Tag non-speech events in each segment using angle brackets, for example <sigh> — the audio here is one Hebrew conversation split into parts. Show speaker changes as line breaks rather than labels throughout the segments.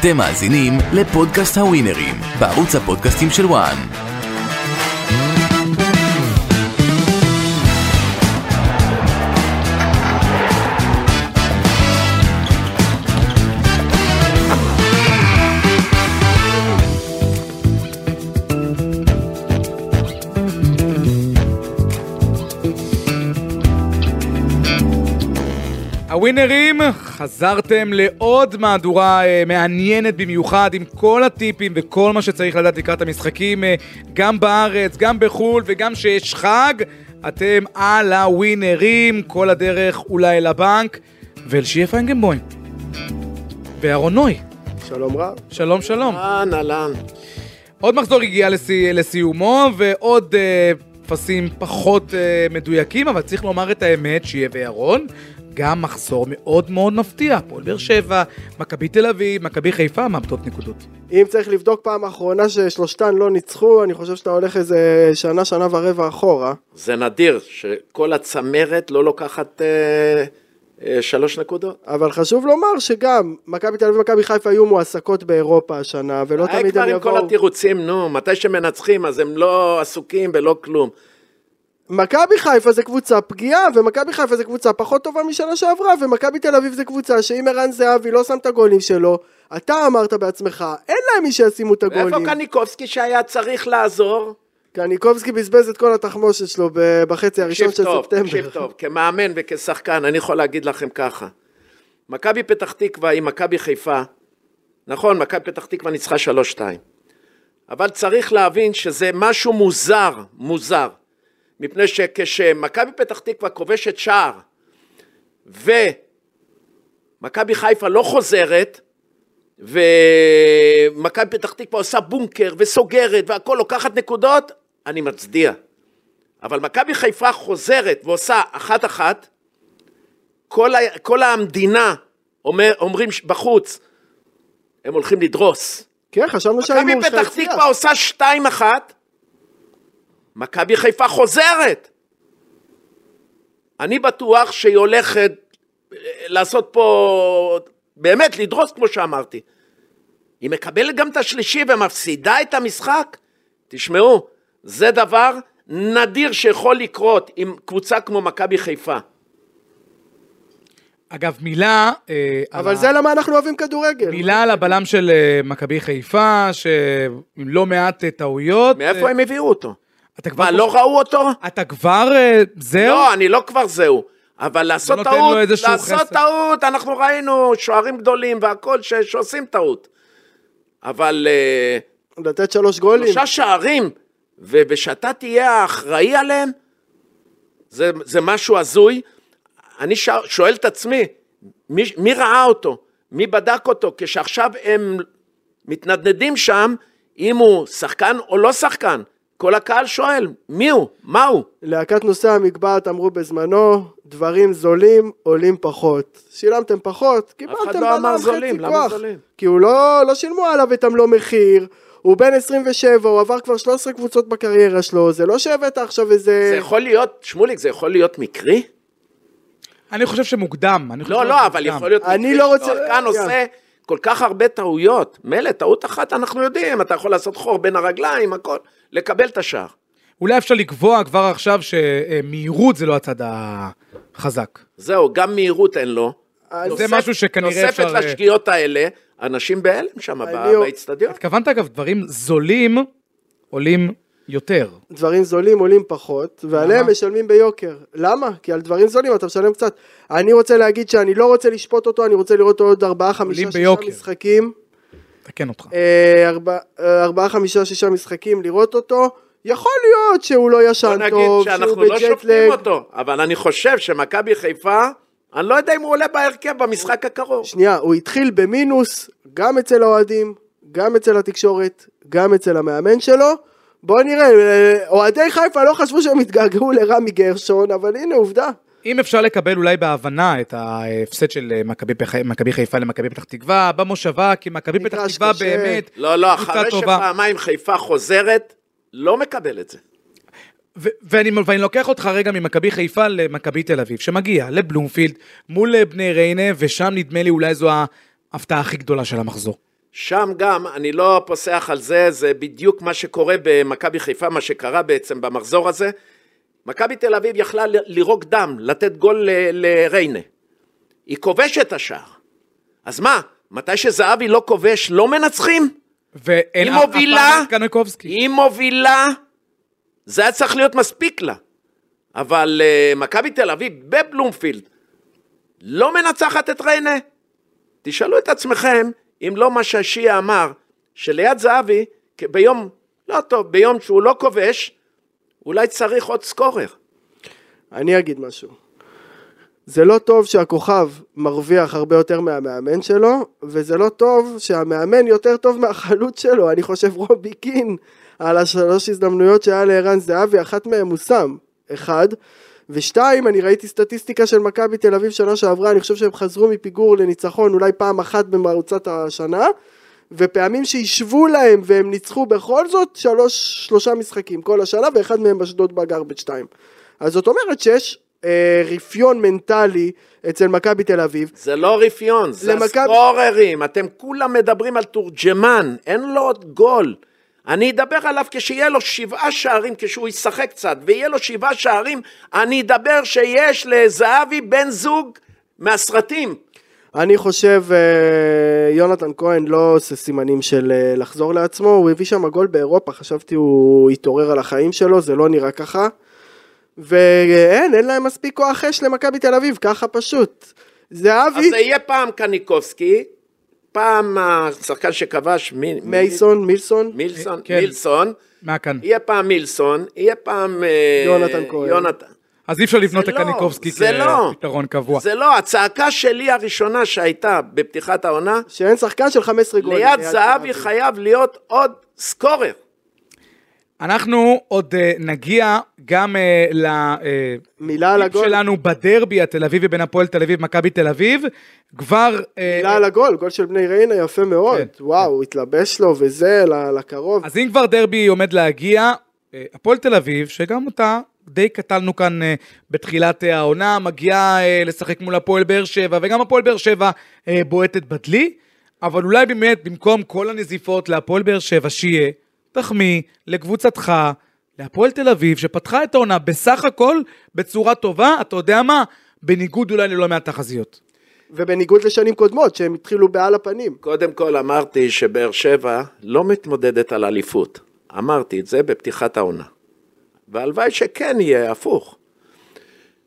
אתם מאזינים לפודקאסט הווינרים, בערוץ הפודקאסטים של וואן.
הווינרים, חזרתם לעוד מהדורה אה, מעניינת במיוחד עם כל הטיפים וכל מה שצריך לדעת לקראת המשחקים, אה, גם בארץ, גם בחו"ל וגם שיש חג, אתם על הווינרים, כל הדרך אולי לבנק, ואל שיהיה פיינגנבוים. ואהרון נוי,
שלום רב. אה,
שלום שלום.
אהלן, אהלן.
עוד מחזור הגיע לסי, לסיומו, ועוד אה, טפסים פחות אה, מדויקים, אבל צריך לומר את האמת, שיהיה וירון. גם מחזור מאוד מאוד מפתיע, הפועל באר שבע, מכבי תל אביב, מכבי חיפה, מאבדות נקודות.
אם צריך לבדוק פעם אחרונה ששלושתן לא ניצחו, אני חושב שאתה הולך איזה שנה, שנה ורבע אחורה.
זה נדיר שכל הצמרת לא לוקחת אה, אה, שלוש נקודות.
אבל חשוב לומר שגם מכבי תל אביב ומכבי חיפה היו מועסקות באירופה השנה, ולא
אה,
לא תמיד
כבר
הם
עם כל
יבואו.
התירוצים, נו, מתי שמנצחים אז הם לא עסוקים ולא כלום.
מכבי חיפה זה קבוצה פגיעה, ומכבי חיפה זה קבוצה פחות טובה משנה שעברה, ומכבי תל אביב זה קבוצה שאם ערן זהבי לא שם את הגולים שלו, אתה אמרת בעצמך, אין להם מי שישימו את
איפה
הגולים.
קניקובסקי שהיה צריך לעזור?
קניקובסקי בזבז את כל התחמושת שלו ב- בחצי הראשון של
תקשיב טוב,
ספטמבר.
תקשיב טוב, כמאמן וכשחקן, אני יכול להגיד לכם ככה. מכבי פתח תקווה היא מכבי חיפה, נכון, מכבי פתח תקווה ניצחה 3-2. אבל צריך להבין שזה משהו מוזר, מוזר. מפני שכשמכבי פתח תקווה כובשת שער, ומכבי חיפה לא חוזרת, ומכבי פתח תקווה עושה בונקר וסוגרת והכל לוקחת נקודות, אני מצדיע. אבל מכבי חיפה חוזרת ועושה אחת-אחת, כל, ה, כל המדינה אומר, אומרים ש- בחוץ, הם הולכים לדרוס.
כן, חשבנו
מכבי
שההימור שלך
פתח
הצליח.
תקווה עושה שתיים אחת, מכבי חיפה חוזרת. אני בטוח שהיא הולכת אה, לעשות פה, באמת לדרוס כמו שאמרתי. היא מקבלת גם את השלישי ומפסידה את המשחק? תשמעו, זה דבר נדיר שיכול לקרות עם קבוצה כמו מכבי חיפה.
אגב, מילה... אה,
אבל
על
זה למה אנחנו אוהבים כדורגל.
מילה על הבלם של אה, מכבי חיפה, שעם לא מעט אה, טעויות.
מאיפה הם הביאו אותו?
אתה כבר...
מה, לא ראו אותו?
אתה כבר... אה, זהו?
לא, אני לא כבר זהו. אבל לעשות
נותן לו
טעות,
איזשהו
לעשות
חסד.
טעות, אנחנו ראינו שוערים גדולים והכל ש- שעושים טעות. אבל אה,
לתת שלוש גולים.
שלושה שערים, ו- ושאתה תהיה האחראי עליהם, זה, זה משהו הזוי. אני ש- שואל את עצמי, מי, מי ראה אותו? מי בדק אותו? כשעכשיו הם מתנדנדים שם, אם הוא שחקן או לא שחקן. כל הקהל שואל, מי הוא? מה הוא?
להקת נושא המגבעת אמרו בזמנו, דברים זולים עולים פחות. שילמתם פחות, קיבלתם
אחד לא אמר
בלם
זולים,
חצי
למה
כוח.
זולים?
כי הוא לא, לא שילמו עליו את המלוא מחיר, הוא בן 27, הוא עבר כבר 13 קבוצות בקריירה שלו, זה לא שהבאת עכשיו
זה
איזה...
יכול להיות, שמוליק, זה יכול להיות מקרי?
אני חושב שמוקדם. אני חושב
לא, לא, אבל
שמוקדם.
יכול להיות מקרי.
אני לא רוצה-
שחקן
רגע.
עושה כל כך הרבה טעויות. מילא, טעות אחת אנחנו יודעים, אתה יכול לעשות חור בין הרגליים, הכל, לקבל את השער.
אולי אפשר לקבוע כבר עכשיו שמהירות זה לא הצד החזק.
זהו, גם מהירות אין לו.
אז
זה
נוסף-
משהו שכנראה אפשר, אה,
נוספת לשגיאות האלה, אנשים בהלם שם,
אני-
באיצטדיון.
התכוונת אגב, דברים זולים עולים יותר.
דברים זולים עולים פחות, ועליהם משלמים ביוקר. למה? כי על דברים זולים אתה משלם קצת. אני רוצה להגיד שאני לא רוצה לשפוט אותו, אני רוצה לראות אותו עוד 4, 5,
עולים
6
ביוקר.
משחקים.
תקן אותך.
אה, ארבע- אה, ארבעה, חמישה, שישה משחקים לראות אותו. יכול להיות שהוא לא
בוא
ישן
נגיד
טוב, שהוא
שאנחנו לא
בג'טלג.
שופטים אותו, אבל אני חושב שמכבי חיפה, אני לא יודע אם הוא עולה בהרכב במשחק הקרוב.
שנייה, הוא התחיל במינוס גם אצל האוהדים, גם אצל התקשורת, גם אצל המאמן שלו. בוא נראה, אה, אוהדי חיפה לא חשבו שהם יתגעגעו לרמי גרשון, אבל הנה עובדה.
אם אפשר לקבל אולי בהבנה את ההפסד של אה, מכבי פח- מכבי חיפה למכבי פתח תקווה, במושבה, כי מכבי פתח
מגרש
תקווה
קשה.
באמת...
לא, לא,
קבוצה
אחרי
טובה.
שפעמיים חיפה חוזרת, לא מקבל את זה.
ו- ואני, ואני לוקח אותך רגע ממכבי חיפה למכבי תל אביב, שמגיע לבלומפילד מול אה, בני ריינה, ושם נדמה לי אולי זו ההפתעה הכי גדולה של המחזור.
שם גם, אני לא פוסח על זה, זה בדיוק מה שקורה במכבי חיפה, מה שקרה בעצם במחזור הזה. מכבי תל אביב יכלה ל- לירוק דם, לתת גול ל- לריינה. היא כובשת השער. אז מה, מתי שזהבי לא כובש, לא מנצחים?
ואין
היא
אף-
מובילה.
אף אחד קנקובסקי.
היא מובילה, זה היה צריך להיות מספיק לה. אבל uh, מכבי תל אביב בבלומפילד לא מנצחת את ריינה. תשאלו את עצמכם אם לא מה שהשיעה אמר, שליד זהבי, כ- ביום, לא טוב, ביום שהוא לא כובש, אולי צריך עוד סקורר.
אני אגיד משהו. זה לא טוב שהכוכב מרוויח הרבה יותר מהמאמן שלו, וזה לא טוב שהמאמן יותר טוב מהחלוץ שלו. אני חושב רובי קין על השלוש הזדמנויות שהיה לערן זהבי, אחת מהן הוא שם, אחד. ושתיים, אני ראיתי סטטיסטיקה של מכבי תל אביב שנה שעברה, אני חושב שהם חזרו מפיגור לניצחון אולי פעם אחת במרוצת השנה, ופעמים שהשוו להם והם ניצחו בכל זאת שלוש, שלושה משחקים כל השנה, ואחד מהם אשדוד בגרבג' 2. אז זאת אומרת שיש אה, רפיון מנטלי אצל מכבי תל אביב.
זה לא רפיון, זה
למכבי-
הסקוררים. אתם כולם מדברים על תורג'מן, אין לו עוד גול. אני אדבר עליו כשיהיה לו שבעה שערים, כשהוא ישחק קצת, ויהיה לו שבעה שערים, אני אדבר שיש לזהבי בן זוג מהסרטים.
אני חושב, אה, יונתן כהן לא עושה סימנים של אה, לחזור לעצמו, הוא הביא שם גול באירופה, חשבתי הוא התעורר על החיים שלו, זה לא נראה ככה. ואין, אין להם מספיק כוח אש למכבי תל אביב, ככה פשוט.
אז
זהבי,
זה יהיה פעם קניקובסקי, פעם השחקן שכבש, מי- מי-
מייסון, מילסון,
מילסון,
כן.
מילסון,
מה כאן?
יהיה פעם מילסון, יהיה פעם... אה,
יונתן כהן.
יונתן.
אז אי אפשר לבנות
זה
את
לא,
קניקובסקי
זה לא.
כפתרון קבוע.
זה לא, הצעקה שלי הראשונה שהייתה בפתיחת העונה,
שאין שחקן של 15 גולים.
ליד זהבי חייב להיות עוד סקורר.
אנחנו עוד אה, נגיע גם אה, ל... אה,
מילה על הגול,
שלנו בדרבי התל אביבי בין הפועל תל אביב מכבי תל אביב כבר אה,
מילה על הגול, גול של בני ריינה יפה מאוד.
כן,
וואו, הוא התלבש לו וזה, ל- לקרוב.
אז אם כבר דרבי עומד להגיע, אה, הפועל תל אביב, שגם אותה די קטלנו כאן אה, בתחילת אה, העונה, מגיעה אה, לשחק מול הפועל באר שבע, וגם הפועל באר שבע אה, בועטת בדלי, אבל אולי באמת במקום כל הנזיפות להפועל באר שבע, שיהיה, תחמיא לקבוצתך, להפועל תל אביב, שפתחה את העונה בסך הכל בצורה טובה, אתה יודע מה? בניגוד אולי ללא מעט תחזיות.
ובניגוד לשנים קודמות, שהם התחילו בעל הפנים.
קודם כל אמרתי שבאר שבע לא מתמודדת על אליפות. אמרתי את זה בפתיחת העונה. והלוואי שכן יהיה הפוך.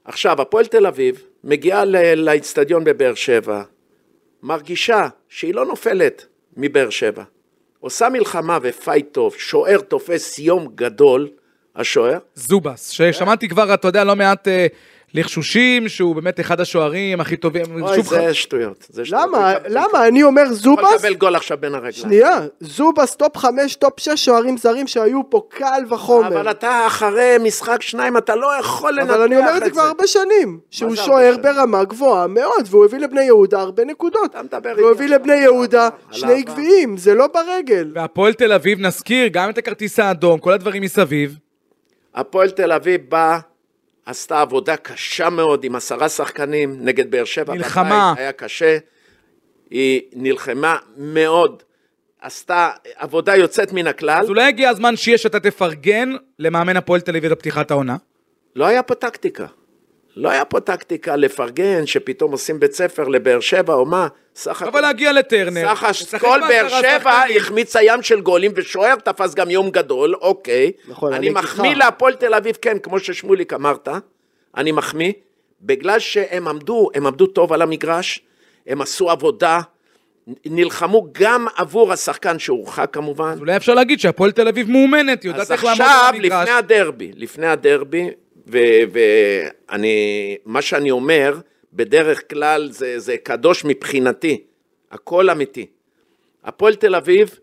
עכשיו, הפועל תל אביב מגיעה ל- לאיצטדיון בבאר שבע, מרגישה שהיא לא נופלת מבאר שבע. עושה מלחמה ופייט טוב, שוער תופס יום גדול, השוער,
זובס, ששמעתי כבר, אתה יודע, לא מעט אה, לחשושים, שהוא באמת אחד השוערים הכי טובים.
אוי,
שוב,
זה שטויות. זה שטויות.
למה?
הוא יקבל-
למה? אני אומר
הוא יכול
זובס?
לקבל גול עכשיו בין הרגליים.
שנייה, זובס טופ 5, טופ 6 שוערים זרים שהיו פה קל וחומר.
אבל אתה אחרי משחק שניים, אתה לא יכול לנתח את זה.
אבל אני אומר את זה כבר הרבה שנים, שהוא
זה הרבה
שוער
שנים?
ברמה גבוהה מאוד, והוא הביא לבני יהודה הרבה נקודות.
אתה מדבר
והוא
איתי
הביא
עכשיו
לבני
על
יהודה
העבר, על
שני
העבר.
גביעים, זה לא ברגל.
והפועל תל אביב, נזכיר גם את הכרטיס האדום, כל הדברים מסביב.
הפועל תל אביב באה, עשתה עבודה קשה מאוד עם עשרה שחקנים נגד באר שבע.
מלחמה.
בבית, היה קשה. היא נלחמה מאוד. עשתה עבודה יוצאת מן הכלל.
אז אולי הגיע הזמן שיהיה שאתה תפרגן למאמן הפועל תל אביב לפתיחת העונה.
לא היה פה טקטיקה. לא היה פה טקטיקה לפרגן שפתאום עושים בית ספר לבאר שבע או מה. סך
אבל להגיע לטרנר.
סך
לשחק
כל באר
בעשרה
שבע
שחקנים.
החמיצה ים של גולים, ושוער תפס גם יום גדול, אוקיי.
נכון,
אני
אני
מחמיא
איתך.
להפועל תל אביב, כן, כמו ששמוליק אמרת, אני מחמיא, בגלל שהם עמדו, הם עמדו טוב על המגרש, הם עשו עבודה, נלחמו גם עבור השחקן שהורחק כמובן.
אז אולי אפשר להגיד שהפועל תל אביב מאומנת, היא יודעת
אז
איך לעמוד על
עכשיו,
המגרש.
לפני הדרבי, לפני הדרבי, ואני, מה שאני אומר, בדרך כלל זה, זה קדוש מבחינתי, הכל אמיתי. הפועל תל אביב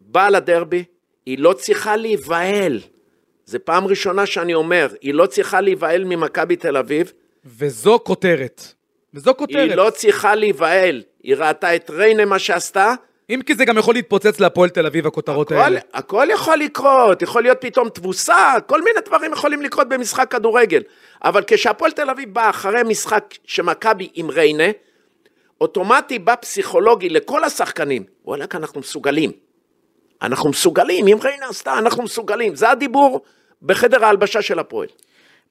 באה לדרבי, היא לא צריכה להיבהל. זו פעם ראשונה שאני אומר, היא לא צריכה להיבהל ממכבי תל אביב,
וזו כותרת. וזו
היא לא
כותרת.
צריכה להיבהל. היא ראתה את ריינה מה שעשתה,
אם כי זה גם יכול להתפוצץ להפועל תל אביב, הכותרות
הכל,
האלה.
הכל יכול לקרות, יכול להיות פתאום תבוסה, כל מיני דברים יכולים לקרות במשחק כדורגל. אבל כשהפועל תל אביב בא אחרי משחק שמכבי עם ריינה, אוטומטי בא פסיכולוגי לכל השחקנים, וואלכ, אנחנו מסוגלים. אנחנו מסוגלים, אם ריינה עשתה, אנחנו מסוגלים. זה הדיבור בחדר ההלבשה של הפועל.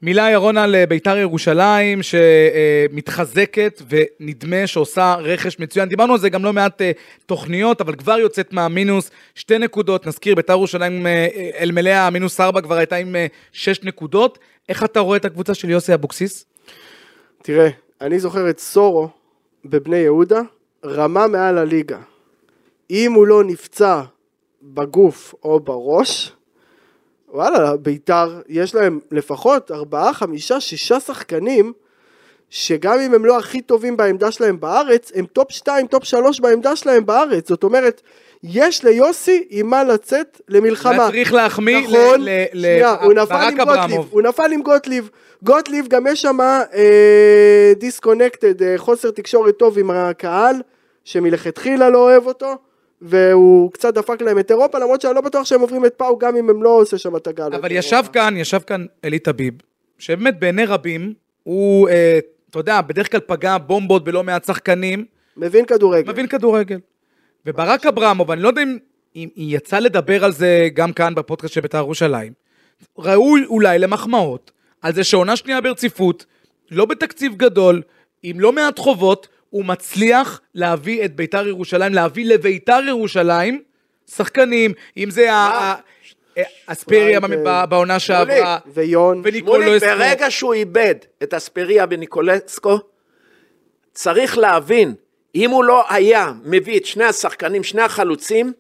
מילה ירון על אה, ביתר ירושלים שמתחזקת ונדמה שעושה רכש מצוין. דיברנו על זה גם לא מעט אה, תוכניות, אבל כבר יוצאת מהמינוס. שתי נקודות, נזכיר, ביתר ירושלים אה, אה, אלמלא המינוס ארבע כבר הייתה עם אה, שש נקודות. איך אתה רואה את הקבוצה של יוסי אבוקסיס?
תראה, אני זוכר את סורו בבני יהודה, רמה מעל הליגה. אם הוא לא נפצע בגוף או בראש, וואלה, ביתר, יש להם לפחות ארבעה, חמישה, שישה שחקנים, שגם אם הם לא הכי טובים בעמדה שלהם בארץ, הם טופ שתיים, טופ שלוש בעמדה שלהם בארץ. זאת אומרת, יש ליוסי עם מה לצאת למלחמה.
אולי צריך להחמיא ל-
נכון,
ל- ל-
שנייה, הוא נפל
ברק
עם גוטליב,
אברמוב.
הוא נפל עם גוטליב, גוטליב גם יש שם אה, דיסקונקטד, אה, חוסר תקשורת טוב עם הקהל, שמלכתחילה לא אוהב אותו, והוא קצת דפק להם את אירופה, למרות שאני לא בטוח שהם עוברים את פאו גם אם הם לא עושה שם את הגל.
אבל ישב כאן, ישב כאן אלי טביב, שבאמת בעיני רבים, הוא, אה, אתה יודע, בדרך כלל פגע בומבות בלא מעט שחקנים.
מבין כדורגל.
מבין כדורגל. וברק אברמוב, אני לא יודע אם, אם היא יצאה לדבר על זה גם כאן בפודקאסט של בית"ר ירושלים, ראוי אולי למחמאות על זה שעונה שנייה ברציפות, לא בתקציב גדול, עם לא מעט חובות, הוא מצליח להביא את בית"ר ירושלים, להביא לבית"ר ירושלים שחקנים, אם זה ה- ה- ה- אספריה
שמואל,
ב-
אה,
בעונה שעברה,
ויון,
שמולי,
וניקולסקו.
ברגע שהוא איבד את אספריה וניקולסקו, צריך להבין, אם הוא לא היה מביא את שני השחקנים, שני החלוצים,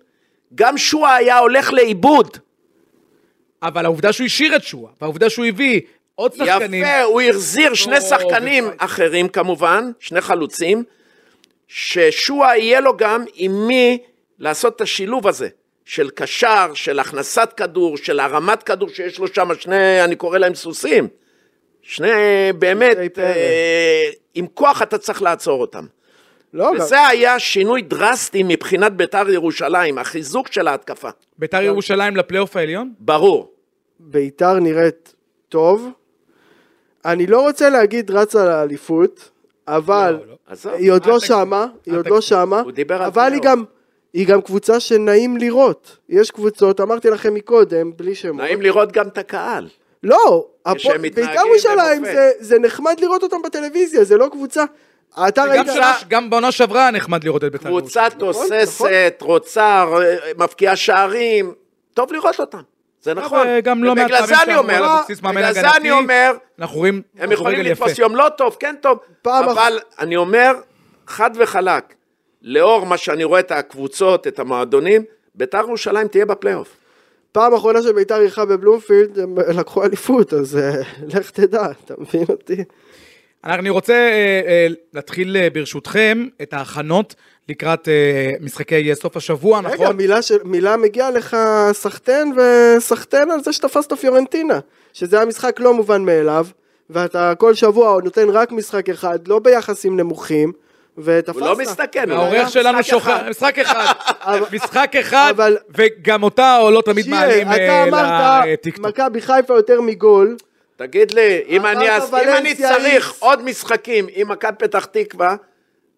גם שואה היה הולך לאיבוד.
אבל העובדה שהוא השאיר את שואה, והעובדה שהוא הביא עוד שחקנים,
יפה, הוא החזיר
לא,
שני שחקנים
בכלל.
אחרים כמובן, שני חלוצים, ששועה יהיה לו גם עם מי לעשות את השילוב הזה, של קשר, של הכנסת כדור, של הרמת כדור שיש לו שם שני, אני קורא להם סוסים, שני
שני
באמת,
פרא.
אה, עם כוח אתה צריך לעצור אותם.
לא, גם-
וזה היה שינוי דרסטי מבחינת בית"ר ירושלים, החיזוק של ההתקפה,
בית"ר ירושלים לפלייאוף העליון?
ברור.
ביתר נראית טוב. אני לא רוצה להגיד רצה לאליפות, אבל
לא, לא.
עזוב,
היא עוד
אל
לא
תגזים,
שמה, היא
אל
עוד
תגזים.
לא שמה,
הוא דיבר על
אבל היא
פלייאוף.
גם, היא גם קבוצה שנעים לראות. יש קבוצות, אמרתי לכם מקודם, בלי שמות.
נעים לראות גם את הקהל.
לא, הפועל-
כשהם מתנהגים
בית"ר ירושלים
במופת.
זה- זה נחמד לראות אותם בטלוויזיה, זה לא קבוצה. אתה
גם,
ראית...
שנה, גם בעונה שעברה נחמד לראות את בית"ר
קבוצה
נכון,
תוססת, רוצה, אה, מבקיעה שערים, טוב לראות אותם, זה נכון.
אבל גם לא מעט
ובגלל
פעמים
זה אני
שאמרו על
אומר,
אבוקסיס מאמן
בגלל זה
הגנתי,
אני אומר,
אנחנו רואים
הם יכולים
כדורגל
לתפוס
יפה.
יום לא טוב, כן טוב,
פעם אח-
אבל אני אומר, חד וחלק, לאור מה שאני רואה את הקבוצות, את המועדונים, ביתר ירושלים תהיה בפלייאוף.
פעם אחרונה שבית"ר אירחה בבלומפילד, הם לקחו אליפות, אז אה, לך תדע, אתה מבין אותי?
אני רוצה אה, אה, להתחיל אה, ברשותכם את ההכנות לקראת אה, משחקי אה, סוף השבוע,
רגע,
נכון?
מילה, של, מילה מגיעה לך סחטיין וסחטיין על זה שתפסת פיורנטינה, שזה היה משחק לא מובן מאליו, ואתה כל שבוע נותן רק משחק אחד, לא ביחסים נמוכים, ותפסת.
הוא לא מסתכן, הוא
העורך
היה
שלנו
משחק
שוחרר,
אחד.
משחק אחד,
אבל-
משחק אחד,
אבל-
וגם אותה או לא תמיד מעלים
אתה
אה,
אמרת,
לטיקטוק.
מכבי חיפה יותר מגול,
תגיד לי, אם
אמרת
אני, אז, אם אני
ולנסיה
צריך
איקס.
עוד משחקים עם מכבי פתח תקווה,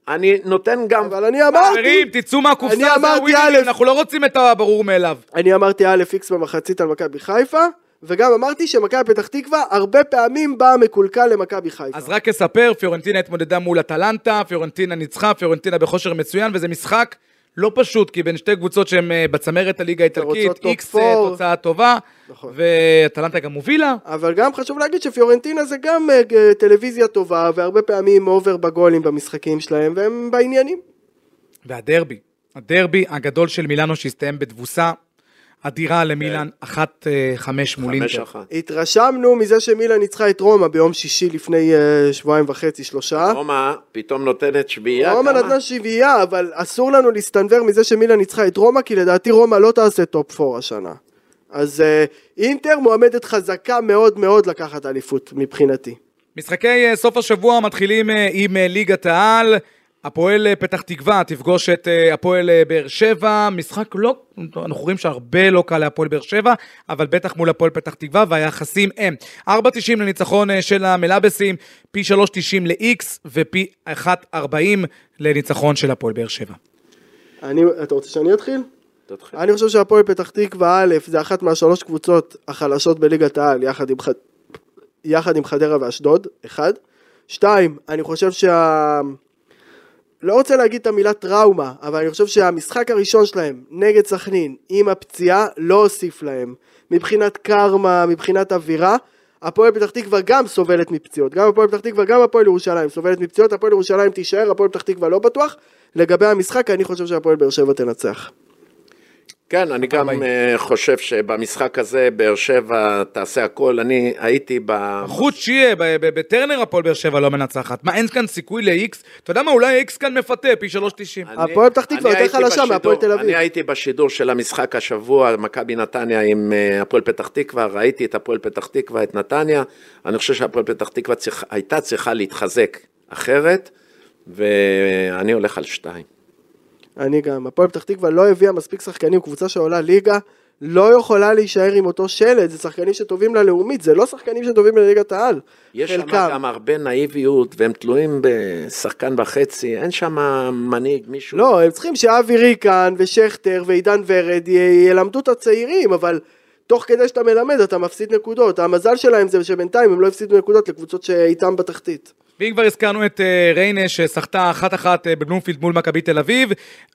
אני נותן גם
אבל אני אמרתי,
חברים, תצאו מהקופסה,
אני
זה
אמרתי,
הווינרים,
א',
אנחנו לא רוצים את הברור מאליו.
אני אמרתי א' איקס במחצית על מכבי חיפה, וגם אמרתי שמכבי פתח תקווה הרבה פעמים באה מקולקל למכבי חיפה.
אז רק אספר, פיורנטינה התמודדה מול אטלנטה, פיורנטינה ניצחה, פיורנטינה בכושר מצוין, וזה משחק לא פשוט, כי בין שתי קבוצות שהן אה, בצמרת הליגה האיטלקית,
רוצות טופ
איקס אה,
פור.
תוצאה טובה,
נכון.
ואטלנטה גם הובילה.
אבל גם חשוב להגיד שפיורנטינה זה גם אה, ג- טלוויזיה טובה, והרבה פעמים אובר בגולים במשחקים שלהם, והם בעניינים.
והדרבי, הדרבי הגדול של מילאנו שהסתיים בתבוסה אדירה למילאן,
כן.
1-5 מול
חמש
אינטר.
אחת.
התרשמנו מזה שמילה ניצחה את רומא ביום שישי לפני אה, שבועיים וחצי, שלושה.
רומא פתאום נותנת שביעייה.
אה? רומא
כמה?
נתנה שביעייה, אבל אסור לנו להסתנוור מזה שמילה ניצחה את רומא, כי לדעתי רומא לא תעשה טופ 4 השנה. אז אה, אינטר מועמדת חזקה מאוד מאוד לקחת אליפות מבחינתי.
משחקי אה, סוף השבוע מתחילים אה, עם אה, ליגת העל. הפועל אה, פתח תקווה תפגוש את אה, הפועל אה, באר שבע, משחק לא, אנחנו רואים שהרבה לא קל להפועל באר שבע, אבל בטח מול הפועל פתח תקווה, והיחסים הם 4.90 לניצחון אה, של המלאבסים, פי 3.90 ל-X ופי 1.40 לניצחון של הפועל באר שבע.
אני, אתה רוצה שאני אתחיל?
תתחיל.
אני חושב שהפועל פתח תקווה א' זה אחת מהשלוש קבוצות החלשות בליגת העל יחד עם, ח... יחד עם חדרה ואשדוד, אחד. שתיים, אני חושב שה... לא רוצה להגיד את המילה טראומה, אבל אני חושב שהמשחק הראשון שלהם נגד סכנין עם הפציעה לא הוסיף להם. מבחינת קרמה, מבחינת אווירה, הפועל פתח תקווה גם סובלת מפציעות. גם הפועל פתח תקווה, גם הפועל ירושלים סובלת מפציעות, הפועל ירושלים תישאר, הפועל פתח תקווה לא בטוח. לגבי המשחק, אני חושב שהפועל באר שבע תנצח.
כן, אני גם
ארבעים.
אה, חושב שבמשחק הזה, באר שבע תעשה הכל. אני הייתי ב...
חוץ שיהיה, ב- ב- בטרנר הפועל באר שבע לא מנצחת. מה, אין כאן סיכוי ל-X? אתה יודע מה, אולי X כאן מפתה, פי 3.90.
אני-
הפועל פתח תקווה
אני
יותר
הייתי
חלשה
בשידור-
מהפועל תל אביב.
אני הייתי בשידור של המשחק השבוע, מכבי נתניה עם אה, הפועל פתח תקווה, ראיתי את הפועל פתח תקווה, את נתניה. אני חושב שהפועל פתח תקווה צריכה- הייתה צריכה להתחזק אחרת, ואני הולך על שתיים.
אני גם. הפועל פתח תקווה לא הביאה מספיק שחקנים, קבוצה שעולה ליגה לא יכולה להישאר עם אותו שלד, זה שחקנים שטובים ללאומית, זה לא שחקנים שטובים לליגת העל.
יש שם
חלקם.
גם הרבה נאיביות, והם תלויים בשחקן וחצי, אין שם מנהיג, מישהו...
לא, הם צריכים שאבי ריקן ושכטר ועידן ורד י- ילמדו את הצעירים, אבל תוך כדי שאתה מלמד אתה מפסיד נקודות. המזל שלהם זה שבינתיים הם לא הפסידו נקודות לקבוצות שאיתם בתחתית.
ואם כבר הזכרנו את אה, ריינה שסחטה אחת אחת אה, בבלומפילד מול מכבי תל אביב,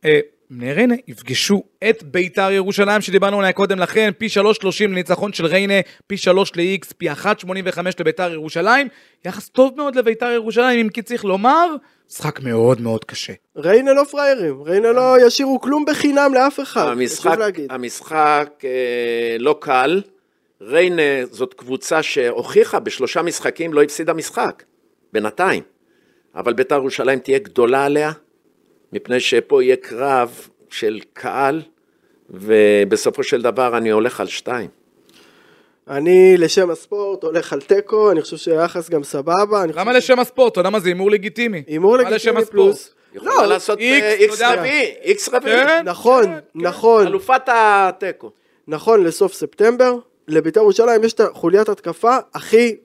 אה, בני ריינה יפגשו את ביתר ירושלים שדיברנו עליה קודם לכן, פי 3.30 לניצחון של ריינה, פי 3 ל-X, פי 1.85 לביתר ירושלים, יחס טוב מאוד לביתר ירושלים, אם כי צריך לומר, משחק מאוד מאוד קשה.
ריינה לא פראיירים, ריינה לא ישאירו כלום בחינם לאף אחד.
המשחק,
חשוב להגיד.
המשחק אה, לא קל. ריינה זאת קבוצה שהוכיחה בשלושה משחקים, לא הפסידה משחק, בינתיים. אבל בית"ר ירושלים תהיה גדולה עליה, מפני שפה יהיה קרב של קהל, ובסופו של דבר אני הולך על שתיים.
אני לשם הספורט הולך על תיקו, אני חושב שהיחס גם סבבה. אני
למה
חושב
לשם הספורט? אתה יודע מה זה הימור לגיטימי? מה
הימור
לשם
לגיטימי
הספורט?
פלוס. לא,
יכולה לעשות
איקס,
אה, איקס
תודה.
רביעי, איקס רביעי.
כן.
נכון, נכון,
אלופת התיקו.
נכון לסוף ספטמבר, לבית"ר ירושלים יש את חוליית התקפה הכי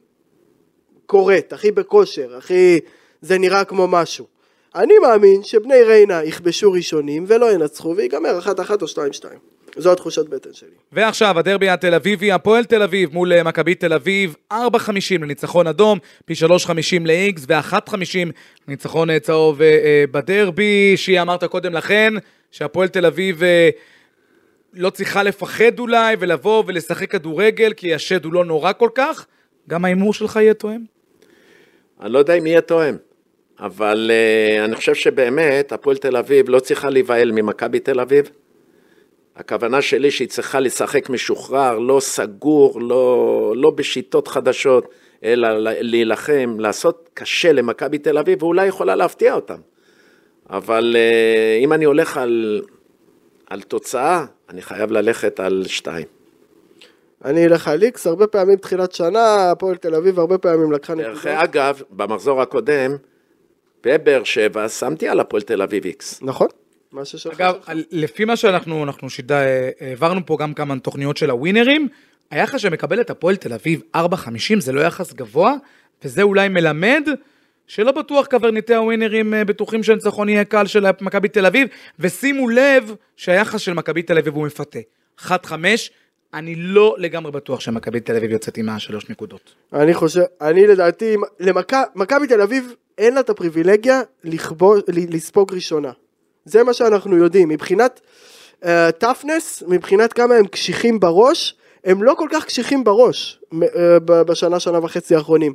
קוראת, הכי בכושר, הכי... זה נראה כמו משהו. אני מאמין שבני ריינה יכבשו ראשונים ולא ינצחו ויגמר אחת אחת או שתיים שתיים. זו התחושת בטן שלי.
ועכשיו הדרבי התל אביבי, הפועל תל אביב מול אה, מכבי תל אביב, 4.50 לניצחון אדום, פי 3.50 ל-X ו-1.50 ניצחון אה, צהוב אה, אה, בדרבי, שאמרת קודם לכן, שהפועל תל אביב אה, לא צריכה לפחד אולי ולבוא ולשחק כדורגל, כי השד הוא לא נורא כל כך, גם ההימור שלך יהיה תואם.
אני לא יודע אם יהיה תואם, אבל uh, אני חושב שבאמת הפועל תל אביב לא צריכה להיבהל ממכבי תל אביב. הכוונה שלי שהיא צריכה לשחק משוחרר, לא סגור, לא, לא בשיטות חדשות, אלא ל- להילחם, לעשות קשה למכבי תל אביב, ואולי יכולה להפתיע אותם. אבל uh, אם אני הולך על, על תוצאה, אני חייב ללכת על שתיים.
אני אלך על איקס, הרבה פעמים תחילת שנה, הפועל תל אביב הרבה פעמים לקחה
דרך
נקודות.
אגב, במחזור הקודם, בבאר שבע, שמתי על הפועל תל אביב איקס.
נכון, מה ששלך.
אגב, על- לפי מה שאנחנו אנחנו שידה, אה, העברנו פה גם כמה תוכניות של הווינרים, היחס שמקבלת הפועל תל אביב 4.50 זה לא יחס גבוה, וזה אולי מלמד שלא בטוח קברניטי הווינרים אה, בטוחים שהניצחון יהיה קל של מכבי תל אביב, ושימו לב שהיחס של מכבי תל אביב הוא מפתה. 1-5, אני לא לגמרי בטוח שמכבי תל אביב יוצאת עם השלוש נקודות.
אני חושב, אני לדעתי, למכ- מכבי תל אביב אין לה את הפריבילגיה לכבוש, ל- לספוג ראשונה. זה מה שאנחנו יודעים. מבחינת טאפנס, uh, מבחינת כמה הם קשיחים בראש, הם לא כל כך קשיחים בראש מ- אה, ב- בשנה, שנה וחצי האחרונים.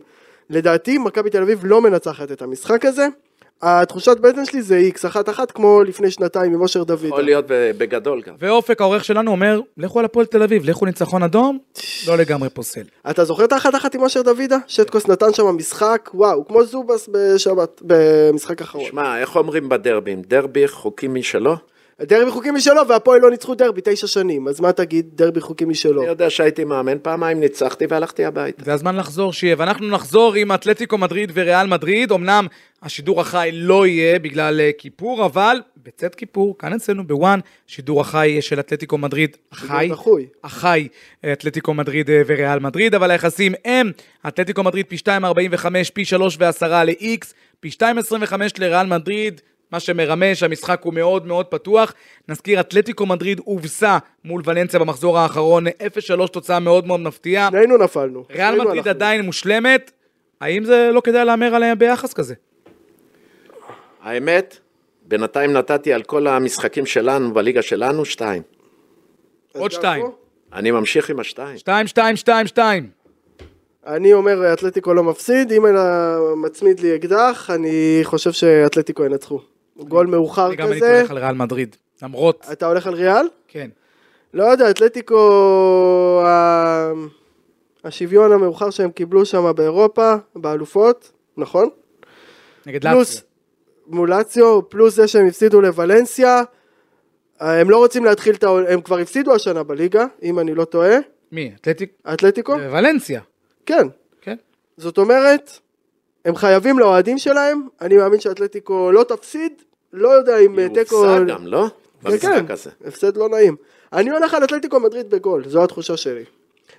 לדעתי, מכבי תל אביב לא מנצחת את המשחק הזה. התחושת בטן שלי זה איקס, אחת אחת כמו לפני שנתיים עם אושר דוד.
יכול להיות ב- בגדול גם.
ואופק העורך שלנו אומר, לכו על הפועל תל אביב, לכו ניצחון אדום, לא לגמרי פוסל.
אתה זוכר את האחת אחת עם אושר דוידה? שטקוס נתן שם משחק, וואו, כמו זובס בשבת, במשחק האחרון.
שמע, איך אומרים בדרבים? דרבי חוקים משלו?
דרבי חוקי משלו, והפועל לא ניצחו דרבי תשע שנים, אז מה תגיד, דרבי חוקי משלו?
אני יודע שהייתי מאמן, פעמיים ניצחתי והלכתי הביתה.
זה הזמן לחזור שיהיה, ואנחנו נחזור עם אתלטיקו מדריד וריאל מדריד, אמנם השידור החי לא יהיה בגלל אה, כיפור, אבל בצאת כיפור, כאן אצלנו בוואן, שידור החי אה, של אתלטיקו מדריד, החי,
דחוי.
החי, אה, אתלטיקו מדריד אה, וריאל מדריד, אבל היחסים הם, אתלטיקו מדריד פי 2.45, פי 3.10 ל-X, פי 2.25 לריאל מדריד, מה שמרמה שהמשחק הוא מאוד מאוד פתוח. נזכיר, אתלטיקו מדריד הובסה מול ולנסיה במחזור האחרון, 0-3 תוצאה מאוד מאוד מפתיעה.
שנינו נפלנו.
ריאל
שנינו
מדריד
הלכנו.
עדיין מושלמת, האם זה לא כדאי להמר עליה ביחס כזה?
האמת, בינתיים נתתי על כל המשחקים שלנו, בליגה שלנו, שתיים.
אז
עוד
גם
שתיים.
פה?
אני ממשיך עם השתיים.
2, 2, 2, 2.
אני אומר אתלטיקו לא מפסיד, אם אתה מצמיד לי אקדח, אני חושב שאתלטיקו ינצחו. גול מאוחר
אני גם הייתי
כזה.
הולך על ריאל מדריד, למרות,
אתה הולך על ריאל?
כן.
לא יודע, אתלטיקו... ה- השוויון המאוחר שהם קיבלו שם באירופה, באלופות, נכון?
נגד לאציו.
פלוס מול לאציו, פלוס זה שהם הפסידו לוולנסיה. הם לא רוצים להתחיל את העול... הם כבר הפסידו השנה בליגה, אם אני לא טועה.
מי? אתלטיק?
האתלטיקו?
ולנסיה.
כן.
כן.
זאת אומרת, הם חייבים לאוהדים שלהם, אני מאמין שאתלטיקו לא תפסיד, לא יודע אם אה,
היא
תיקו...
הופסה גם, לא?
כן,
במשחק
כן,
הזה.
הפסד לא נעים. אני הולך על אתלטיקו מדריד בגול, זו התחושה שלי.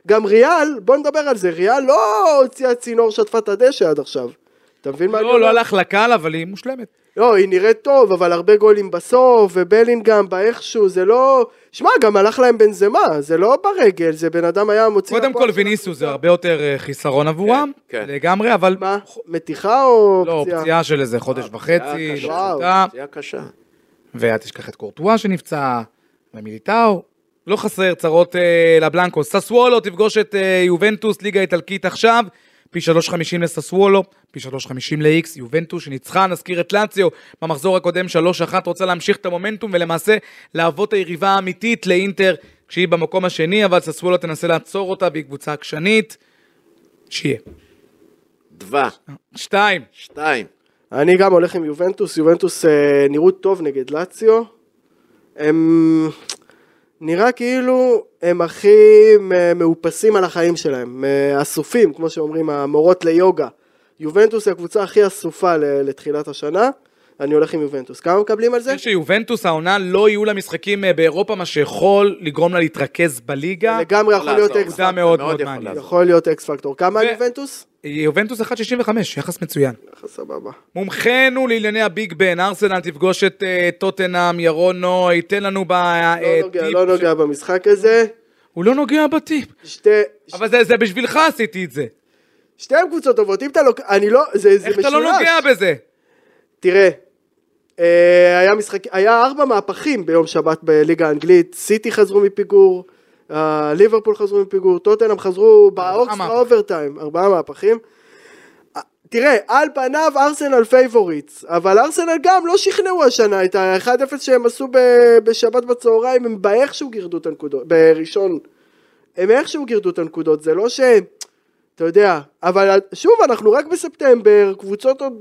גם ריאל, בוא נדבר על זה, ריאל לא הוציאה צינור שטפה את הדשא עד עכשיו. אתה מבין מה אני
לא,
אומר?
לא הלך לקהל, אבל היא מושלמת.
לא, היא נראית טוב, אבל הרבה גולים בסוף, ובלינגהם באיכשהו, זה לא... שמע, גם הלך להם בנזמה, זה לא ברגל, זה בן אדם היה מוציא...
קודם
לפועל
כל ויניסו זה הרבה יותר אה, חיסרון עבורם,
כן.
לגמרי, אבל...
לא- מה, אה, מתיחה או
לא, פציעה של איזה חודש וחצי,
קשה.
לא
וואו.
פשוטה,
פציעה קשה.
ואל תשכח את קורטואה שנפצע, ומיליטאו. לא חסר צרות אה, לבלנקו. ססוולו תפגוש את אה, יובנטוס, ליגה איטלקית עכשיו. פי 3.50 לססוולו, פי 3.50 ל-X, יובנטוס שניצחה, נזכיר את לאציו במחזור הקודם 3-1, רוצה להמשיך את המומנטום ולמעשה להוות היריבה האמיתית לאינטר כשהיא במקום השני, אבל ססוולו תנסה לעצור אותה והיא קבוצה עקשנית. שיהיה.
דבה,
שתיים.
שתיים.
אני גם הולך עם יובנטוס, יובנטוס אה, נראו טוב נגד לאציו. הם... נראה כאילו הם הכי אה, מאופסים על החיים שלהם, אה, אסופים, כמו שאומרים המורות ליוגה. יובנטוס היא הקבוצה הכי אסופה ל- לתחילת השנה, אני הולך עם יובנטוס. כמה מקבלים על זה?
אני חושב שיובנטוס העונה לא יהיו לה משחקים אה, באירופה, מה שיכול לגרום לה להתרכז בליגה.
לגמרי יכול להיות
לעזור.
אקס
זה היה
פקטור.
מאוד
מאוד
מאוד
יכול
מעניין.
לעזור.
יכול להיות אקס פקטור. כמה
ו-
יובנטוס?
יובנטוס 1.65, יחס מצוין.
סבבה.
מומחנו לענייני הביג בן, ארסנל תפגוש את אה, טוטנאם, ירון נוי, תן לנו
לא
בטיפ.
נוגע- לא נוגע במשחק הזה.
הוא לא נוגע בטיפ.
שתי...
אבל זה- זה בשבילך עשיתי את זה.
שתי קבוצות טובות, אם אתה לא... אני לא... זה זה משולש.
איך אתה לא נוגע בזה?
תראה, אה, היה משחק, היה ארבע מהפכים ביום שבת בליגה האנגלית, סיטי חזרו מפיגור, אה, ליברפול חזרו מפיגור, טוטנאם חזרו באוקס
מהפכים.
האוברטיים, ארבעה מהפכים. אה, תראה, על פניו ארסנל פייבוריטס, אבל ארסנל גם לא שכנעו השנה את ה-1-0 שהם עשו ב- בשבת בצהריים, הם באיכשהו גירדו את הנקודות, בראשון, הם איכשהו גירדו את הנקודות, זה לא ש... אתה יודע, אבל שוב, אנחנו רק בספטמבר, קבוצות עוד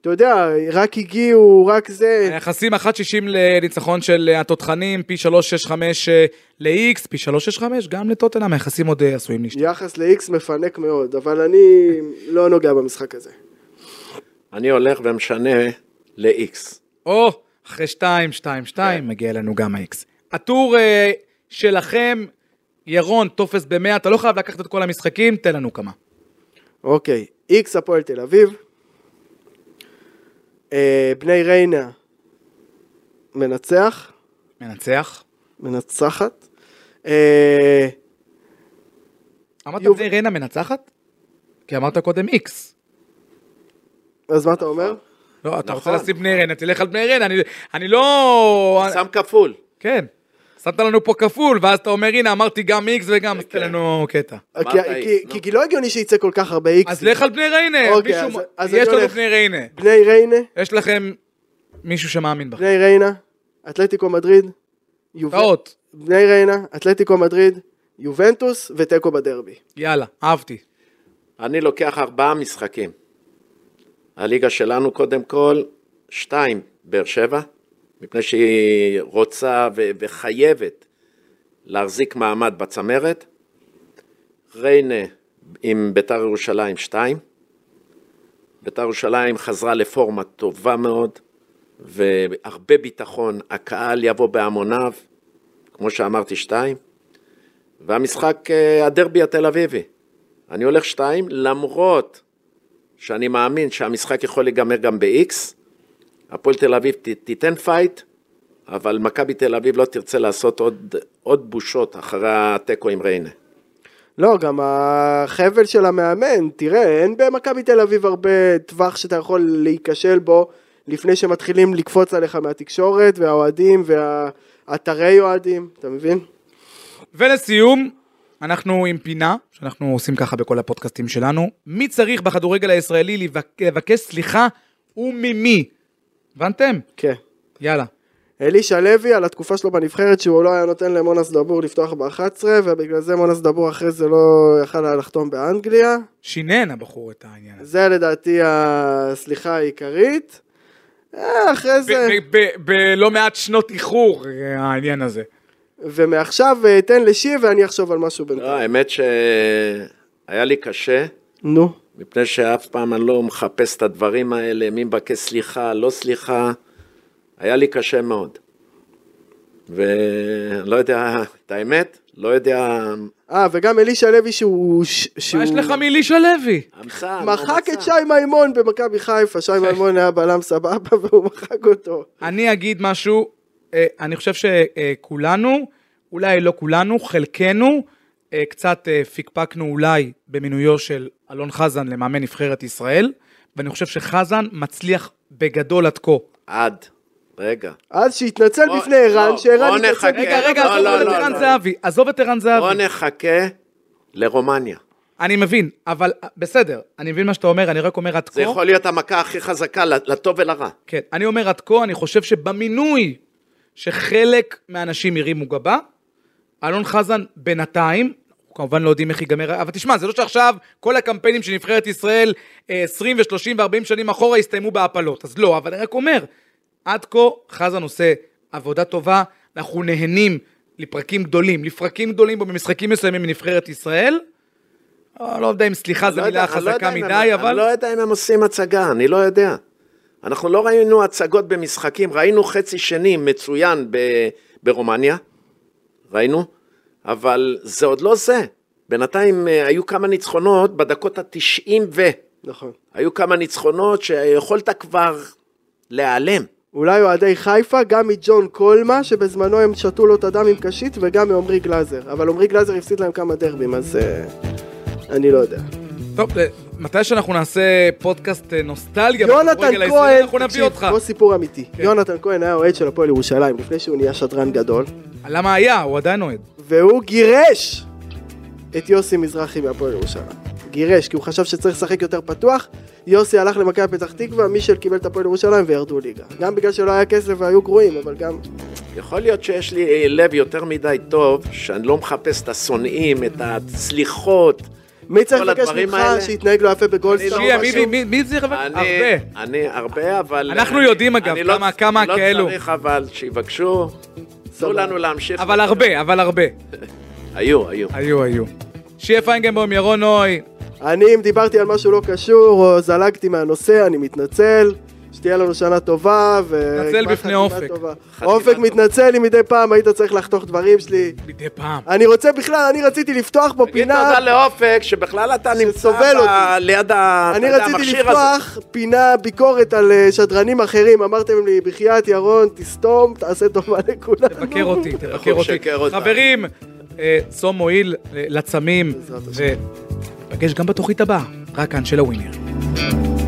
אתה יודע, רק הגיעו, רק זה.
היחסים 1.60 לניצחון של אה, התותחנים, פי 3.65 אה, ל-X, פי 3.65 גם לטוטנאם, היחסים עוד אה, עשויים להשתנות.
יחס ל-X מפנק מאוד, אבל
<laughs>
אני לא נוגע במשחק הזה.
אני הולך ומשנה ל-X.
או, אחרי 2, 2, 2, מגיע אלינו גם ה-X. הטור אה, שלכם, ירון, טופס ב-100, אתה לא חייב לקחת את כל המשחקים, תן לנו כמה.
אוקיי, X הפועל תל אביב. אה, בני ריינה מנצח,
מנצח.
מנצחת. אה,
אמרת
יוב-
בני ריינה מנצחת? כי אמרת קודם X.
אז מה אתה אומר?
לא, אתה רוצה
נכון.
לשים בני ריינה, תלך על בני ריינה, אני- אני לא...
שם כפול.
כן. שמת לנו פה כפול, ואז אתה אומר, הנה, אמרתי גם X וגם, עשית לנו קטע.
כי-
X,
כי-
נו.
כי- כי לא הגיוני שייצא כל כך הרבה X.
אז לך על בני ריינה,
אוקיי,
מישהו-
אז- אז אני
יש לנו
הולך.
בני ריינה.
בני ריינה,
יש לכם מישהו שמאמין בכם.
בני ריינה, אתלטיקו מדריד, יובנ-
טעות.
בני ריינה, אתלטיקו מדריד, יובנטוס ותיקו בדרבי.
יאללה, אהבתי.
אני לוקח ארבעה משחקים. הליגה שלנו קודם כל, שתיים, באר שבע, מפני שהיא רוצה ו- וחייבת להחזיק מעמד בצמרת. ריינה עם ביתר ירושלים 2. ביתר ירושלים חזרה לפורמה טובה מאוד, והרבה ביטחון, הקהל יבוא בהמוניו, כמו שאמרתי, 2. והמשחק, אה, הדרבי התל אביבי. אני הולך 2, למרות שאני מאמין שהמשחק יכול להיגמר גם ב-X. הפועל תל אביב ת- תיתן פייט, אבל מכבי תל אביב לא תרצה לעשות עוד, עוד בושות אחרי התיקו עם ריינה.
לא, גם החבל של המאמן, תראה, אין במכבי תל אביב הרבה טווח שאתה יכול להיכשל בו לפני שמתחילים לקפוץ עליך מהתקשורת והאוהדים והאתרי אוהדים, אתה מבין?
ולסיום, אנחנו עם פינה, שאנחנו עושים ככה בכל הפודקאסטים שלנו. מי צריך בכדורגל הישראלי לבק- לבקש סליחה וממי? הבנתם?
כן.
יאללה.
אלישע לוי על התקופה שלו בנבחרת שהוא לא היה נותן למונס דבור לפתוח ב-11 ובגלל זה מונס דבור אחרי זה לא יכל היה לחתום באנגליה.
שינן הבחור את העניין הזה.
זה לדעתי הסליחה העיקרית. אה, אחרי זה...
ב- ב- בלא מעט שנות איחור, אה, העניין הזה.
ומעכשיו אה, תן לשיר ואני אחשוב על משהו
לא,
בינתיים.
האמת שהיה לי קשה,
נו.
מפני שאף פעם אני לא מחפש את הדברים האלה, מי מבקש סליחה, לא סליחה, היה לי קשה מאוד. ולא יודע, את האמת, לא יודע,
אה, וגם אלישע לוי שהוא... ש-
מה
שהוא...
יש לך מאלישע לוי?
המצאה, לא
מחק
מצא.
את שי מימון במכבי
<laughs>
חיפה, שי מימון היה בלם סבבה והוא מחק אותו.
אני אגיד משהו, אה, אני חושב שכולנו, אולי לא כולנו, חלקנו, אה, קצת אה, פיקפקנו אולי במינויו של אלון חזן למאמן נבחרת ישראל, ואני חושב שחזן מצליח בגדול עד כה.
עד, רגע.
אז שיתנצל
בוא-
בפני ערן,
לא,
שערן
בוא
יתנצל.
נחכה.
רגע,
כן,
רגע,
לא,
עזוב
לא,
את
לא,
ערן
לא.
זהבי, עזוב את ערן
בוא
זהבי.
נחכה לרומניה.
אני מבין, אבל אה, בסדר, אני מבין מה שאתה אומר, אני רק אומר עד
זה
כה.
יכול להיות המכה הכי חזקה לטוב ולרע.
כן, אני אומר עד כה, אני חושב שבמינוי שחלק מהאנשים הרימו גבה, אלון חזן בינתיים, אנחנו כמובן לא יודעים איך ייגמר, אבל תשמע, זה לא שעכשיו כל הקמפיינים של נבחרת ישראל אה, 20 ו-30 ו-40 שנים אחורה הסתיימו בהפלות, אז לא, אבל אני רק אומר, עד כה חזן עושה עבודה טובה, אנחנו נהנים לפרקים גדולים, לפרקים גדולים במשחקים מסוימים מנבחרת ישראל. אה, לא יודע אם סליחה זו
לא
מילה
יודע, אני לא יודע
חזקה
אם הם-
מדי, אבל...
אני לא יודע אם הם עושים הצגה, אני לא יודע. אנחנו לא ראינו הצגות במשחקים, ראינו חצי שני מצוין ב- ברומניה, ראינו, אבל זה עוד לא זה. בינתיים אה, היו כמה ניצחונות בדקות התשעים ו...
נכון.
היו כמה ניצחונות שיכולת כבר להיעלם.
אולי אוהדי חיפה, גם מג'ון קולמה, שבזמנו הם שתו לו את הדם עם קשית, וגם מעומרי גלאזר. אבל עומרי גלאזר הפסיד להם כמה דרבים, אז אה, אני לא יודע.
טוב, אה, מתי שאנחנו נעשה פודקאסט אה, נוסטלגיה,
יונתן
בכדורגל הישראלי,
כהן,
אנחנו נביא אותך.
פה סיפור אמיתי. יונתן כהן היה אוהד של הפועל ירושלים, לפני שהוא נהיה שדרן גדול,
למה היה? הוא עדיין אוהד.
והוא גירש את יוסי מזרחי מהפועל ירושלים. גירש, כי הוא חשב שצריך לשחק יותר פתוח. יוסי הלך למכבי פתח תקווה, מישל קיבל את הפועל ירושלים וירדו ליגה. גם בגלל שלא היה כסף והיו גרועים, אבל גם...
יכול להיות שיש לי אה, לב יותר מדי טוב, שאני לא מחפש את השונאים, את הסליחות.
מי צריך
כל
לבקש
הדברים
ממך
האלה?
שיתנהג לו יפה בגולדסטאר
לא
שיהיה,
או
מי-
משהו?
מי- מי- מי זה חבר?
אני,
הרבה.
אני הרבה, אבל...
אנחנו
אני-
יודעים, אגב,
אני
כמה- כמה
לא
כאלו.
לא צריך, אבל שיבקשו. תנו לנו להמשיך.
אבל הרבה, אבל הרבה.
היו, היו.
היו, היו. שיהיה פיינגנבום, ירון נוי.
אני, אם דיברתי על משהו לא קשור, או זלגתי מהנושא, אני מתנצל. שתהיה לנו שנה טובה, ו...
מתנצל
גמר
בפני
חתימה
אופק.
טובה.
חתימה
אופק
טובה.
מתנצל אם מדי פעם היית צריך לחתוך דברים שלי.
מדי פעם.
אני רוצה בכלל, אני רציתי לפתוח פה
תגיד
פינה,
תודה לאופק, שבכלל אתה נמצא
שסובל
ב-
אותי.
ליד ה- אתה
אני
יודע,
רציתי
המכשיר הזה.
לפתוח פינה ביקורת על אה, שדרנים אחרים, אמרתם לי, בחייאת ירון, תסתום, תעשה טובה לכולנו.
תבקר
<laughs>
אותי, תבקר
יכול
אותי.
לשקר אותה.
חברים, אה, צום מועיל אה, לצמים,
בעזרת
וניפגש גם בתוכנית הבאה, רק כאן של הווינר.